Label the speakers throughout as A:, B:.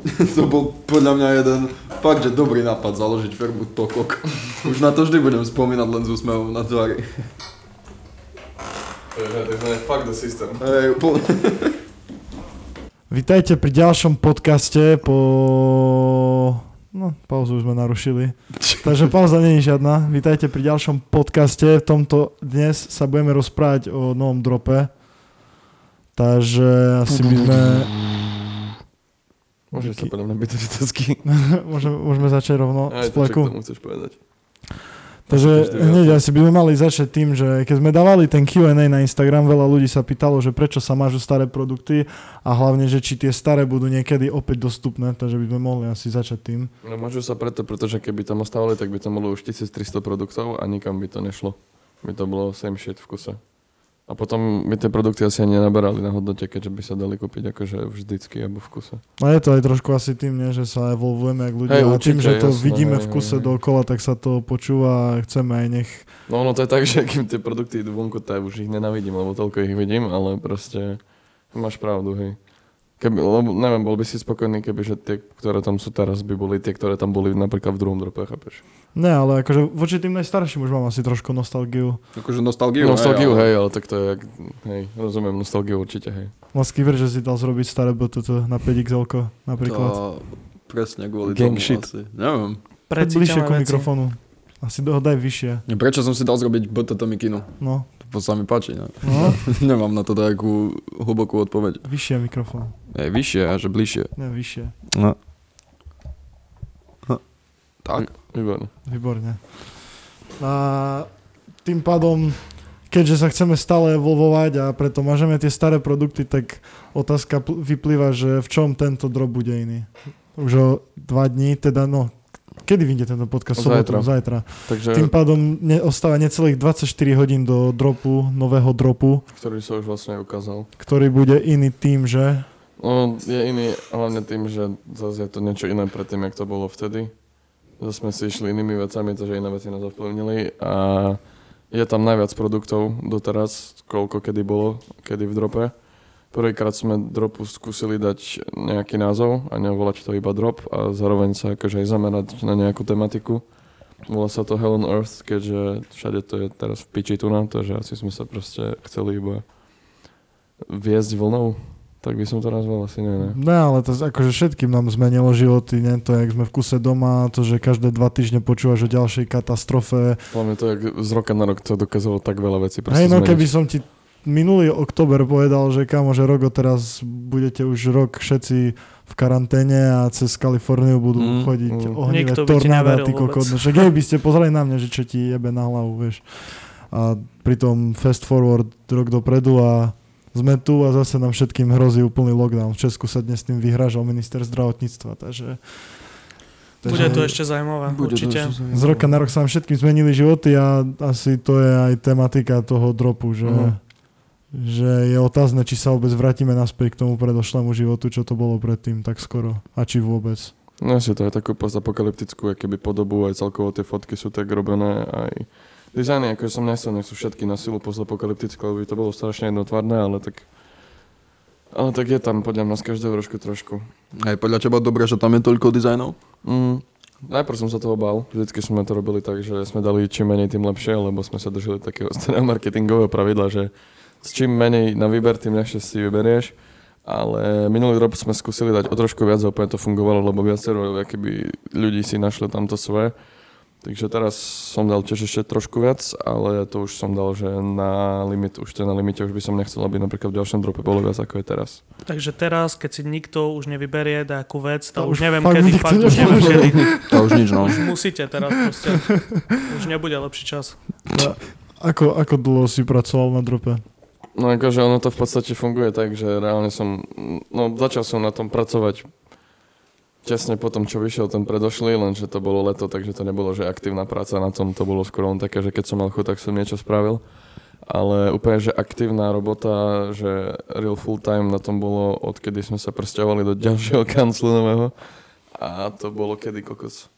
A: to bol podľa mňa jeden fakt, že dobrý nápad založiť firmu Tokok. Už na to vždy budem spomínať len s úsmevom na tvári.
B: To je takzvané fuck the system.
A: Hej, úplne.
C: Vítajte pri ďalšom podcaste po... No, pauzu už sme narušili. Takže pauza nie je žiadna. Vítajte pri ďalšom podcaste. V tomto dnes sa budeme rozprávať o novom drope. Takže asi by sme...
B: Môžeš sa podľa mňa byť otázky.
C: môžeme, môžeme začať
A: No,
C: rovno
B: Aj to,
C: z
B: čo k
C: pleku.
B: tomu chceš povedať.
C: Takže
B: Ešte viac.
C: hneď asi by sme mali začať tým, že keď sme dávali ten Q&A na Instagram, veľa ľudí sa pýtalo, že prečo sa mažú staré produkty a hlavne, že či tie staré budú niekedy opäť dostupné, takže by sme mohli asi začať tým.
B: No môžu sa preto, pretože keby tam ostávali, tak by tam bolo už 1300 produktov a nikam by to nešlo. By to bolo same shit v kuse. A potom by tie produkty asi ani nenaberali na hodnote, keďže by sa dali kúpiť akože vždycky alebo v kuse.
C: No je to aj trošku asi tým, nie, že sa evolvujeme ako ľudia
B: Hej,
C: a tým,
B: určite,
C: že to
B: jasné,
C: vidíme
B: hej,
C: v kuse
B: hej.
C: dokola, tak sa to počúva a chceme aj nech...
B: No ono to je tak, že kým tie produkty idú vonku, tak už ich nenavidím, lebo toľko ich vidím, ale proste máš pravdu, hej. Keby, lebo, neviem, bol by si spokojný, keby že tie, ktoré tam sú teraz, by boli tie, ktoré tam boli napríklad v druhom drope, chápeš?
C: Ne, ale akože voči tým najstarším už mám asi trošku nostalgiu.
A: Akože nostalgiu,
B: Nostalgiu,
A: ale-
B: hej, ale tak to je, jak- hej, rozumiem, nostalgiu určite, hej.
C: Lásky ver, že si dal zrobiť staré BTT na 5XL napríklad.
A: To presne kvôli
B: Gang
A: tomu
B: shit.
A: asi. Neviem.
C: Poď
D: Precíťame
C: bližšie ku
D: veci.
C: mikrofónu. Asi do, daj vyššie.
A: Prečo som si dal zrobiť BTT mikinu?
C: No,
A: To sa mi páči, ne?
C: no,
A: Nemám na to takú hlbokú odpoveď.
C: vyššie mikrofón.
A: Ej, vyššie a že bližšie.
C: Ne, vyššie.
A: No. Tak.
B: Výborne.
C: Výborne. A tým pádom, keďže sa chceme stále evolvovať a preto mažeme tie staré produkty, tak otázka pl- vyplýva, že v čom tento drop bude iný. Už o dva dní, teda no, kedy vyjde tento podcast? Sobotu,
B: Zajtra. E-
C: zajtra.
B: Takže,
C: Tým pádom ne, ostáva necelých 24 hodín do dropu, nového dropu,
B: ktorý sa už vlastne ukázal.
C: ktorý bude iný tým, že...
B: No, je iný hlavne tým, že zase je to niečo iné pred tým, jak to bolo vtedy. Zase sme si išli inými vecami, takže iné veci nás ovplyvnili a je tam najviac produktov doteraz, koľko kedy bolo, kedy v drope. Prvýkrát sme dropu skúsili dať nejaký názov a nevolať to iba drop a zároveň sa akože aj zamerať na nejakú tematiku. Volá sa to Hell on Earth, keďže všade to je teraz v piči tu na, takže asi sme sa proste chceli iba viesť vlnou. Tak by som to nazval asi nie, ne.
C: Ne, ale to z- akože všetkým nám zmenilo životy, ne? To, jak sme v kuse doma, to, že každé dva týždne počúvaš o ďalšej katastrofe,
B: Hlavne to, jak z roka na rok to dokázalo tak veľa vecí proste
C: Hej, no
B: zmeniť.
C: keby som ti minulý október povedal, že kamo, že Rogo, teraz budete už rok všetci v karanténe a cez Kaliforniu budú
A: Mm,
C: chodiť
B: mm.
C: ohnivé
D: Nikto by ti
C: tornáda,
D: neveril
C: ty kokot.
D: vôbec.
C: Však hej, by ste pozreli na mňa, že čo ti jebe na hlavu, vieš. A pritom fast forward rok dopredu a sme tu a zase nám všetkým hrozí úplný lockdown. V Česku sa dnes tým vyhražal minister zdravotníctva, takže... takže-
D: Bude to ešte zaujímavé, určite.
C: z roka na rok sa nám všetkým zmenili životy a asi to je aj tematika toho dropu, že,
B: Mhm.
C: že je otázne, či sa vôbec vrátime naspäť k tomu predošlému životu, čo to bolo predtým tak skoro a či vôbec.
B: No asi to je takú postapokalyptickú keby podobu, aj celkovo tie fotky sú tak robené, aj dizajny, akože som nechcel, nech sú všetky na silu postapokalyptické, lebo by to bolo strašne jednotvárne, ale tak... Ale tak je tam podľa mňa z každého rožku trošku.
A: Hej, podľa teba dobre, že tam je toľko dizajnov?
B: Mm. Najprv som sa toho bál. Vždycky sme to robili tak, že sme dali čím menej, tým lepšie, lebo sme sa držali takého starého marketingového pravidla, že s čím menej na výber, tým ľahšie si vyberieš. Ale minulý rok sme skúsili dať o trošku viac a úplne to fungovalo, lebo viacero akýby ľudí si našli tamto svoje. Takže teraz som dal tiež ešte trošku viac, ale to už som dal, že na limit, už to je na limite, už by som nechcel, aby napríklad v ďalšom drope bolo viac ako je teraz.
D: Takže teraz, keď si nikto už nevyberie nejakú vec, to,
C: To
D: už
C: už
D: neviem
C: fakt
D: kedy,
C: nikto
D: fakt už neviem
C: nebude.
D: kedy.
A: To už nič, no.
D: Už musíte teraz proste. Už nebude lepší čas.
C: Ako, ako dlho si pracoval na drope?
B: No akože ono to v podstate funguje tak, že reálne som, no začal som na tom pracovať tesne po tom, čo vyšiel ten predošlý, lenže to bolo leto, takže to nebolo, že aktívna práca na tom, to bolo skoro len také, že keď som mal chuť, tak som niečo spravil. Ale úplne, že aktívna robota, že real full time na tom bolo, odkedy sme sa presťahovali do ďalšieho kanclu nového. A to bolo kedy kokos?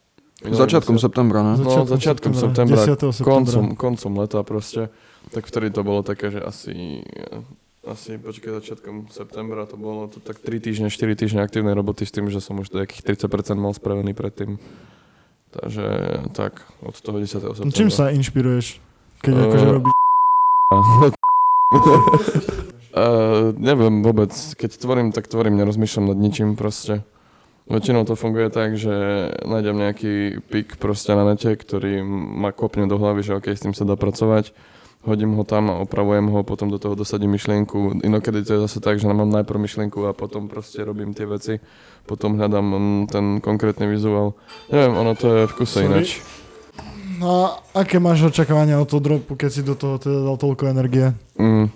A: Začiatkom septembra, ne?
B: No, začiatkom septembra,
C: 10. septembra.
B: koncom, koncom leta proste, tak vtedy to bolo také, že asi eh, asi počkaj začiatkom septembra to bolo to tak 3 týždne, 4 týždne aktívnej roboty s tým, že som už nejakých 30% mal spravený predtým. Takže tak, od toho 10.
C: No,
B: septembra.
C: čím sa inšpiruješ, keď
B: Eh,
C: akože robíš?
B: Uh, Eh, neviem vôbec, keď tvorím, tak tvorím, nerozmýšľam nad ničím proste. Väčšinou to funguje tak, že nájdem nejaký pik proste na nete, ktorý ma kopne do hlavy, že ok, s tým sa dá pracovať. Hodím ho tam a opravujem ho, potom do toho dosadím myšlienku. Inokedy to je zase tak, že mám najprv myšlienku a potom proste robím tie veci. Potom hľadám mm, ten konkrétny vizuál. Neviem, ono to je v kuse
C: Sorry.
B: ináč.
C: No a aké máš očakávania od toho dropu, keď si do toho teda dal toľko energie?
B: Mm,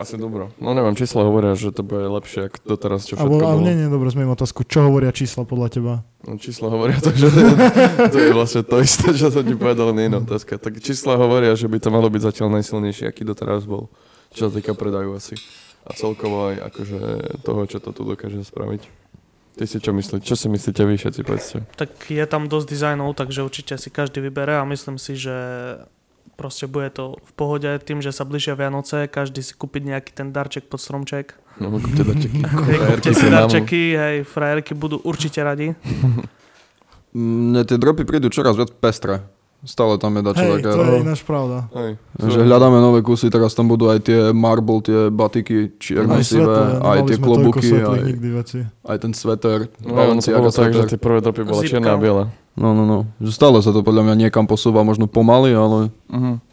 B: asi dobro. No neviem, čísla hovoria, že to bude lepšie ako doteraz, čo všetko
C: Alebo, a
B: bolo.
C: nie, nie, dobre, zmením otázku. Čo hovoria čísla podľa teba?
B: No, Čísla hovoria to, že to, to je vlastne to isté, čo som ti povedal, nie je iná otázka. Tak čísla hovoria, že by to malo byť zatiaľ najsilnejšie, aký doteraz bol, čo sa týka predaju asi. A celkovo aj akože toho, čo to tu dokáže spraviť. Ty si čo myslíte? Čo si myslíte vy všetci, povedzte?
D: Tak je tam dosť dizajnov, takže určite si každý vybere a myslím si, že proste bude to v pohode tým, že sa blížia Vianoce, každý si kúpiť nejaký ten darček pod stromček.
B: No, kúpte darčeky.
D: Hej, Kúpte si
B: sú nám-
D: darčeky, hej, frajerky budú určite radi.
A: Mne tie dropy prídu čoraz viac pestre. Stále tam je dačo
C: Hej,
A: také.
C: to je ináč pravda.
B: Hej,
A: Že hľadáme nové kusy, teraz tam budú aj tie marble, tie batiky čierne sivé, aj tie klobuky, aj,
C: nikdy veci.
A: aj ten sveter.
B: No, ono to bolo tak, že tie prvé dropy bola
D: Zipka.
B: čierna a biela.
A: No, no, no. Že stále sa to podľa mňa niekam posúva, možno pomaly, ale...
B: Mhm.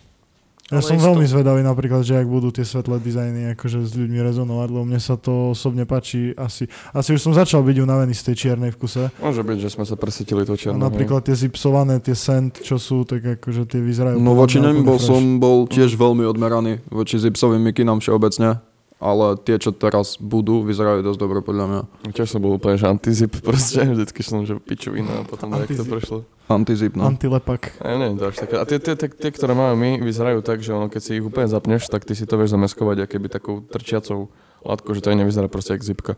C: Ja
D: Ale
C: som
D: isto.
C: veľmi zvedavý napríklad, že ak budú tie svetlé dizajny akože s ľuďmi rezonovať, lebo mne sa to osobne páči asi. Asi už som začal byť unavený z tej čiernej v kuse.
B: Môže byť, že sme sa presytili to
C: A
B: čierno.
C: napríklad tie zipsované, tie scent, čo sú, tak akože tie vyzerajú.
A: No
C: podľa
A: voči
C: mňa
A: nem
C: úplne
A: bol
C: fresh.
A: som bol tiež veľmi odmeraný voči zipsovým mikinám všeobecne, ale tie, čo teraz budú, vyzerajú dosť dobre podľa mňa.
B: Tiež som bol úplne, že antizip proste, vždycky som, že pičovina a potom nejak to
C: Antizip.
B: prešlo.
A: Antizip, no.
C: Antilepak.
B: Ja neviem, to až také. A tie, tie, tie, tie, ktoré máme my, vyzerajú tak, že ono, keď si ich úplne zapneš, tak ty si to vieš zameskovať akéby takou trčiacou látkou, že to aj nevyzerá proste jak zipka.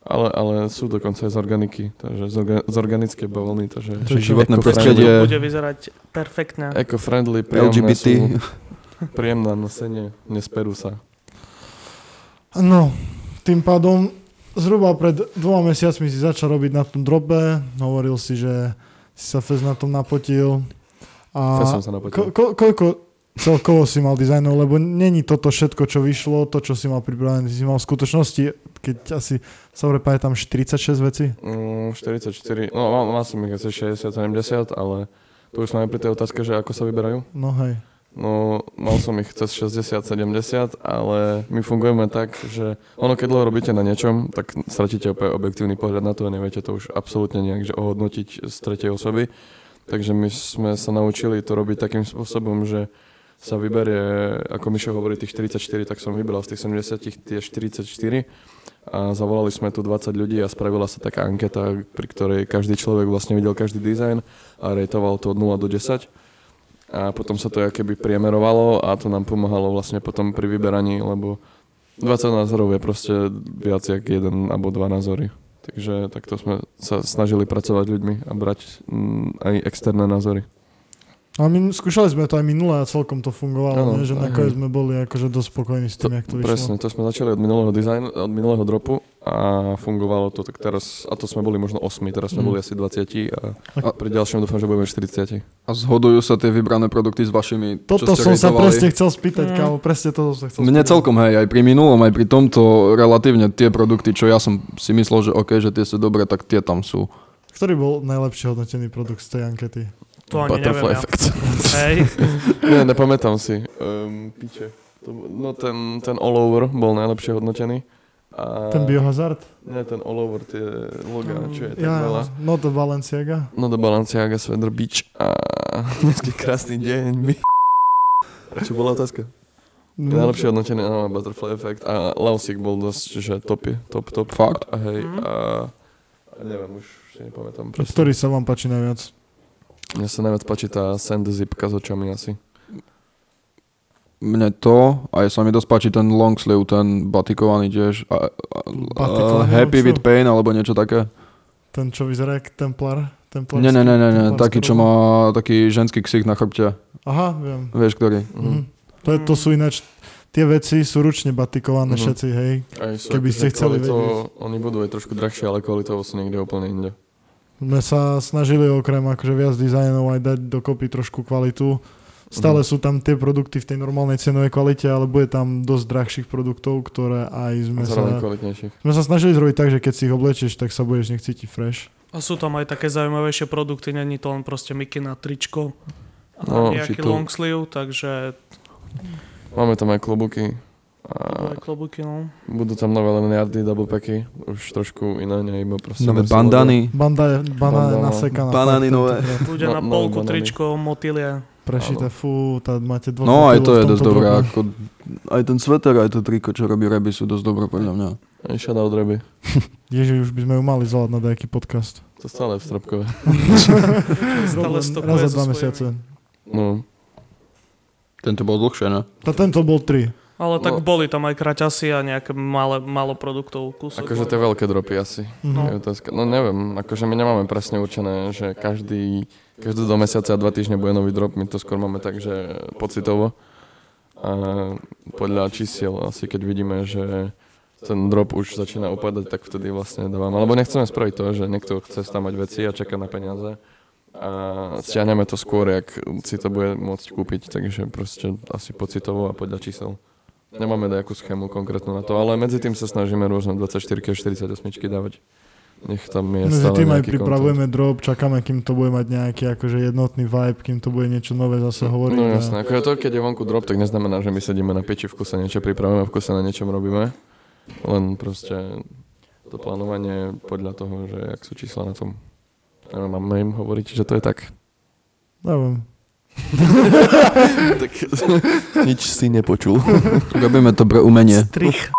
B: Ale, ale sú dokonca aj z organiky, takže z, orga, z organické bavlny, takže...
C: To je
A: životné
B: eco-friendly-
A: prostredie. Je-
D: Bude vyzerať perfektne.
B: Eco-friendly, príjemné LGBT.
A: LGBT.
B: sú, príjemné nosenie, nesperú sa.
C: No, tým pádom zhruba pred dvoma mesiacmi si začal robiť na tom drobe, hovoril si, že si sa fest na tom napotil. A
B: Ja som sa
C: ko,
B: napotil.
C: ko, koľko celkovo si mal dizajnov, lebo není toto všetko, čo vyšlo, to, čo si mal pripravené, ty si mal v skutočnosti, keď asi sa dobre pamätám, 46 veci.
B: Mm, 44, no mal, mal som ich asi 60, 70, ale tu už sme aj pri tej otázke, že ako sa vyberajú.
C: No hej.
B: No, mal som ich cez 60-70, ale my fungujeme tak, že ono keď dlho robíte na niečom, tak stratíte opäť objektívny pohľad na to a neviete to už absolútne nejak že ohodnotiť z tretej osoby. Takže my sme sa naučili to robiť takým spôsobom, že sa vyberie, ako Mišo hovorí, tých 44, tak som vybral z tých 70 tie 44 a zavolali sme tu 20 ľudí a spravila sa taká anketa, pri ktorej každý človek vlastne videl každý dizajn a rejtoval to od 0 do 10 a potom sa to keby priemerovalo a to nám pomáhalo vlastne potom pri vyberaní, lebo 20 názorov je proste viac jak jeden alebo dva názory. Takže takto sme sa snažili pracovať ľuďmi a brať mm, aj externé názory.
C: A my skúšali sme to aj minule a celkom to fungovalo,
B: Áno,
C: ne? že
B: aj.
C: nakoniec sme boli akože dosť spokojní s tým, jak to vyšlo.
B: Presne, to sme začali od minulého dizajnu, od minulého dropu a fungovalo to tak teraz, a to sme boli možno 8, teraz sme
D: Mhm.
A: Mm.
B: boli asi 20 a,
A: A-
B: a pri ďalšom dúfam, že budeme 40.
A: A zhodujú sa tie vybrané produkty s vašimi, čo
C: Toto
A: ste
C: som sa
A: rejtovali?
C: presne chcel spýtať,
D: Mm.
C: kámo, presne toto som sa chcel
A: Mne
C: spýtať.
A: celkom, hej, aj pri minulom, aj pri tomto relatívne tie produkty, čo ja som si myslel, že OK, že tie sú dobré, tak tie tam sú.
C: Ktorý bol najlepšie hodnotený produkt z tej ankety?
D: To ani
B: Butterfly
D: neviem ja.
B: effect.
D: Hej,
B: Ne, nepamätám si. Um, piče. To, bo- no ten, ten all over bol najlepšie hodnotený. A,
C: Ten biohazard?
B: Ne, ten all over, tie loga, čo je tak
C: Ja,
B: veľa.
C: no to Balenciaga.
B: No do Balenciaga, Svedr Beach a dnesky krásny deň. My... Čo bola otázka?
C: No.
B: Najlepšie hodnotený, áno, Butterfly Effect a Lausik bol dosť, že topy, top, top.
A: Fakt?
B: A hej,
D: Mhm.
B: a, a neviem, už si nepamätám presne.
C: Ktorý sa vám páči najviac?
B: Mne sa najviac páči tá sand zipka s očami asi.
A: Mne to, aj sa mi dosť páči ten long sleeve, ten batikovaný tiež. A, a, a,
C: Batikovaný
A: happy
C: long
A: with pain, alebo niečo také.
C: Ten, čo vyzerá jak Templar? Templarský,
A: Nie, nie, nie, nie, nie.
C: Templarský
A: taký, čo
C: robot?
A: má taký ženský ksich na chrbte.
C: Aha, viem.
B: Mhm.
A: Vieš, ktorý?
C: Mhm. To, je, to sú ináč tie veci sú ručne batikované
B: Mhm.
C: všetci, hej.
B: Aj sú
C: Keby
B: akože
C: ste chceli
B: kvalitovo- Oni budú aj trošku drahšie, ale kvalitovo sú niekde úplne inde.
C: sme sa snažili okrem akože viac dizajnov aj dať dokopy trošku kvalitu. Stále
B: Mhm.
C: sú tam tie produkty v tej normálnej cenovej kvalite, ale bude tam dosť drahších produktov, ktoré aj
B: A
C: sme sa,
B: zároveň kvalitnejších.
C: sme sa snažili zrobiť tak, že keď si ich oblečieš, tak sa budeš nech cítiť fresh.
D: A sú tam aj také zaujímavejšie produkty, není to len proste miky na tričko a
B: No,
D: nejaký
B: či to-
D: long sleeve, takže
B: Máme tam aj klobúky.
D: to
B: A
D: bude klobúky, no.
B: budú tam nové lanyardy, double packy. Už trošku iné, nie iba proste.
A: Nové
B: Barcelona.
A: bandany.
C: Banda je banány
B: Bandana.
C: nasekaná.
A: Banány nové.
D: Bude
B: No-
D: na
B: nové
D: polku
B: banány.
D: tričko, motilie.
C: Prešité,
B: Áno.
C: fú, tá máte dvoch
A: No aj to
C: motýlov v
A: je
C: tomto
A: dosť dobré,
C: drobnom.
A: ako aj ten sveter, aj to triko, čo robí Reby, sú dosť dobré podľa mňa.
B: Aj shoutout Reby.
C: Ježiš, už by sme ju mali zalať na nejaký podcast.
B: To stále je v stropkové.
D: Stále
C: Len
D: stokuje
C: Raz za
D: so
C: dva
D: svojimi.
C: mesiace.
B: No,
A: Tento bol dlhšie, ne?
C: Tá tento bol 3.
D: Ale tak
B: No.
D: boli tam aj kraťasy a nejaké malé, malo produktov, kúsok.
B: akože tie veľké dropy asi.
C: No.
B: Je otázka. No neviem, akože my nemáme presne určené, že každý, každý do mesiaca a dva týždne bude nový drop, my to skôr máme tak, že pocitovo. A podľa čísiel asi, keď vidíme, že ten drop už začína upadať, tak vtedy vlastne dávam. Alebo nechceme spraviť to, že niekto chce stamať veci a čaká na peniaze. A stiahneme to skôr, jak si to bude môcť kúpiť, takže proste asi pocitovo a podľa čísel. Nemáme nejakú schému konkrétnu na to, ale medzi tým sa snažíme rôzne 24 a 48 dávať. Nech tam je
C: Medzi
B: stále
C: No, tým aj
B: nejaký
C: pripravujeme drop, čakáme, kým to bude mať nejaký akože jednotný vibe, kým to bude niečo nové zase hovoriť.
B: No
C: a-
B: jasné, ako je to, keď je vonku drop, tak neznamená, že my sedíme na peči, v kuse niečo pripravujeme, v kuse na niečom robíme. Len proste to plánovanie podľa toho, že jak sú čísla na tom. Neviem, máme im hovoriť, že to je tak.
C: Neviem.
B: tak nič si nepočul.
A: Robíme to pre umenie.
D: Strich.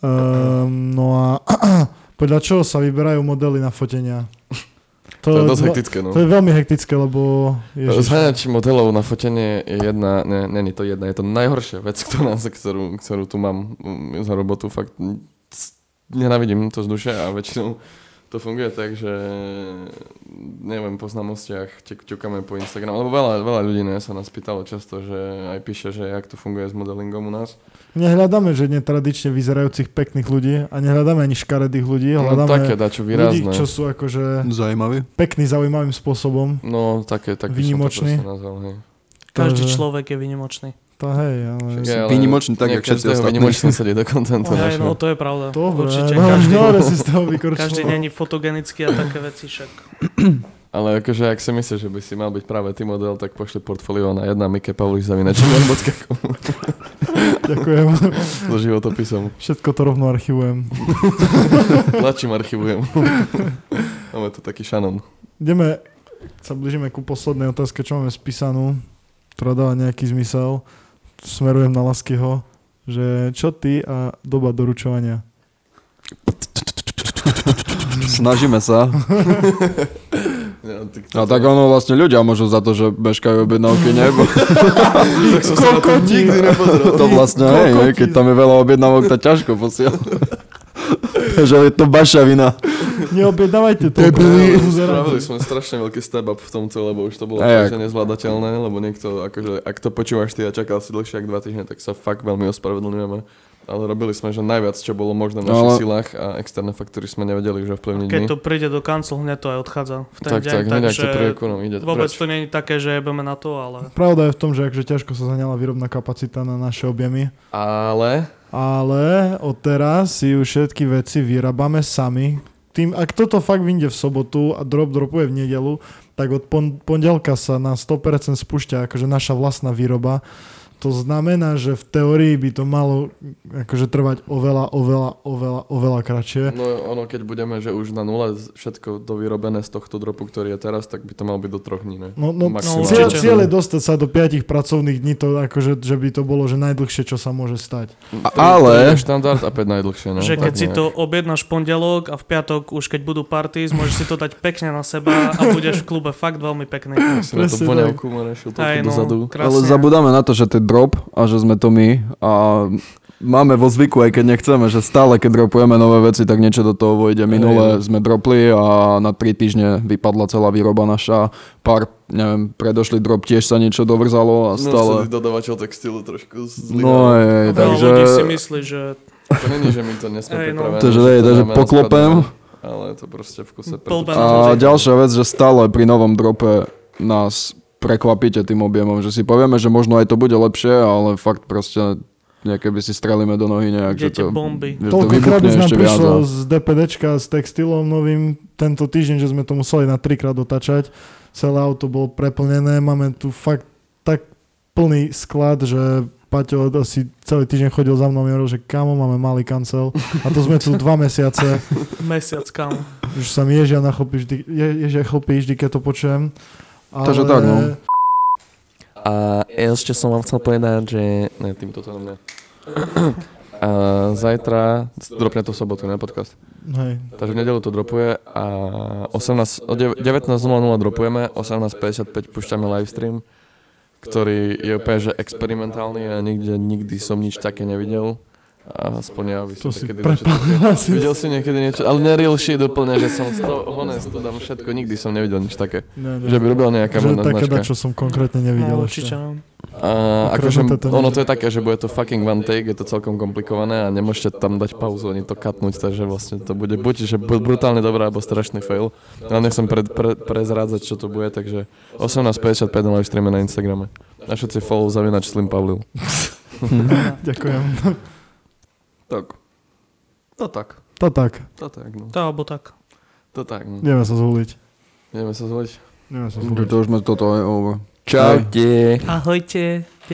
C: Ehm, no a podľa čoho sa vyberajú modely na fotenia?
B: To, je dosť
C: veľ-
B: hektické, no.
C: to je veľmi hektické, lebo... Ježiš,
B: Zháňač modelov na fotenie je jedna, ne, není to jedna, je to najhoršia vec, ktorá, ktorú, ktorú tu mám mm, za robotu. Fakt mm, c- nenávidím to z duše a väčšinou to funguje tak, že neviem, po známostiach ťuk- ťukáme po Instagram, lebo veľa, veľa ľudí ne, sa nás pýtalo často, že aj píše, že jak to funguje s modelingom u nás.
C: nehľadáme, že netradične vyzerajúcich pekných ľudí a nehľadáme ani škaredých ľudí,
B: No, také
C: hľadáme
B: dačo
C: ľudí,
B: výrazné.
C: čo sú akože
A: Zaujímavý.
C: pekní zaujímavým spôsobom.
B: No, také, také som to
C: Výnimočný.
B: proste nazval, hej.
D: Každý
C: Takže-
D: človek je vynimočný.
C: To hej, ale...
B: Však je, ale
A: výnimočný tak,
B: nie
A: jak všetci
B: každého
A: ostatní.
B: Výnimočný sedí do kontentu.
D: Aj,
B: našho.
D: no to je pravda.
C: Dobre,
D: Určite
C: no,
D: každý,
C: dobre si z toho
D: každý
C: vykorčil.
D: není fotogenický a také veci však.
B: Ale akože, ak si myslíš, že by si mal byť práve ty model, tak pošli portfólio na jedna Mike Pavliš zavinač gmail.com
C: Ďakujem.
B: so životopisom.
C: Všetko to rovno archivujem.
B: Tlačím, archivujem. Máme tu taký šanon.
C: Ideme, sa blížime ku poslednej otázke, čo máme spísanú, ktorá dáva nejaký zmysel. Smerujem na Laskyho, že čo ty a doba doručovania?
A: Snažíme sa.
B: Ja, ty,
A: A tak ono vlastne ľudia môžu za to, že meškajú objednávky, nebo
B: tak som sa na to
C: kokoti.
B: nikdy nepozeral.
A: to vlastne hej, hej, keď tam je veľa objednávok, tak ťažko posiela. Takže je to bašavina.
C: Neobjednávajte to.
A: Debili.
C: buzerantov.
B: Spravili sme strašne veľký step up v tomto, lebo už to bolo
A: Ej,
B: hey, nezvládateľné, lebo niekto, akože, ak to počúvaš ty a čakal si dlhšie ako dva týždne, tak sa fakt veľmi ospravedlňujeme. Ale robili sme, že najviac, čo bolo možné v našich
A: Ale-
B: silách a externé faktory sme nevedeli, že ovplyvniť my.
D: Keď to príde do kancel, hneď to aj odchádza. V ten
B: Mhm. Tak,
D: deň,
B: tak, hneď ak
D: takže
B: to príde ku nám, ide to
D: vôbec
B: preč.
D: to není také, že jebeme na to, ale
C: Pravda je v tom, že akože ťažko sa zaňala výrobná kapacita na naše objemy,
B: Ale
C: ale odteraz si už všetky veci vyrábame sami. Tým, ak toto fakt vyjde v sobotu a drop dropuje v nedelu, tak od pon- pondelka sa na 100% spúšťa akože naša vlastná výroba. To znamená, že v teórii by to malo akože trvať oveľa, oveľa, oveľa, oveľa kratšie.
B: no, ono, keď budeme, že už na nule z- všetko dovyrobené z tohto dropu, ktorý je teraz, tak by to mal byť do troch dní, ne?
C: No, no,
B: Maximálne.
C: cieľ,
D: určite.
C: cieľ je dostať sa do 5 pracovných dní, to akože, že by to bolo že najdlhšie, čo sa môže stať.
A: A-
B: Tri
A: ale-
B: je štandard a 5 najdlhšie, no.
D: že
B: tak
D: keď si
B: nejak.
D: to objednáš v pondelok a v piatok už keď budú parties, môžeš si to dať pekne na seba a budeš v klube fakt veľmi pekný.
B: Som na to
C: Presne
B: poňavku ma rešil toľko
D: Aj, no,
B: dozadu.
A: Ale
D: krásne.
A: zabudáme na to, že to je drop a že sme to my a máme vo zvyku, aj keď nechceme, že stále, keď dropujeme nové veci, tak niečo do toho vojde.
B: Hej. no.
A: Minule sme dropli a na 3 týždne vypadla celá výroba naša. Pár, neviem, predošli drop tiež sa niečo dovrzalo a
B: No, vtedy
A: stále...
B: dodavateľ textilu trošku
A: No,
B: zlyhal.
A: je,
D: Veľa
A: takže...
D: ľudí si myslí, že
B: To není, že my to nesme
D: Hej, no.
B: pripravené.
A: Takže,
B: že
A: hej,
B: to
A: takže
B: dáme na
A: poklopem.
B: skladané, Ale to proste v kuse
D: Blbá
B: preto-
A: A ďalšia vec, že stále pri novom drope nás prekvapíte tým objemom, že si povieme, že možno aj to bude lepšie, ale fakt proste nejaké by si strelíme do nohy nejak, že
D: Idete
A: to,
D: bomby.
A: že to
C: Toľkokrát
A: vybuchne
C: už nám
A: ešte viac.
C: prišlo
A: a-
C: z DPDčka s textilom novým tento týždeň, že sme to museli na trikrát dotačať. Celé auto bolo preplnené, máme tu fakt tak plný sklad, že Paťo asi celý týždeň chodil za mnou a mi hovoril, že kamo, máme malý kancel. A to sme tu dva mesiace.
D: mesiac kam.
C: Už sa mi ježia na chlpy, vždy, je, ježia chlpy vždy, keď to počujem. Ale...
A: Takže tak, no.
B: A ešte som vám chcel povedať, že... Ne, týmto to na mňa. A zajtra, dropne to v sobotu, ne, podcast.
C: Hej.
B: Takže v nedelu to dropuje a 18, o dev- 19.00 dropujeme, 18.55 púšťame livestream, ktorý je úplne že experimentálny a nikde nikdy som nič také nevidel. A aspoň ja by som
C: To si
B: takedy
C: prepal.
B: niečo také- Videl si niekedy niečo, ale nereal shit úplne, že som z toho honest, to dám všetko, nikdy som nevidel nič také.
C: Ne, ne.
B: Že by robila nejaká
C: že
B: modná
C: také
B: značka.
C: dačo som konkrétne nevidel
D: No, určite,
C: ešte.
D: no.
B: A akože,
C: Akože to- to-
B: ono to je také, že bude to fucking one take, je to celkom komplikované a nemôžete tam dať pauzu ani to katnúť, takže vlastne to bude buď že bu- brutálne dobré, alebo strašný fail. Ja nechcem pre, pre, prezrádzať, čo to bude, takže 18.55 na live streame na Instagrame. Na všetci follow zavinač Slim Pavlil.
C: Ďakujem.
B: Tak. To tak.
C: To tak,
B: To tak, no.
D: To alebo tak.
B: To tak, no.
C: ideme sa zhuliť.
B: Ideme sa zvoliť.
A: 嗯
C: Ideme sa zhuliť.
A: To už sme toto aj over.
B: Čaute.
D: Ahojte.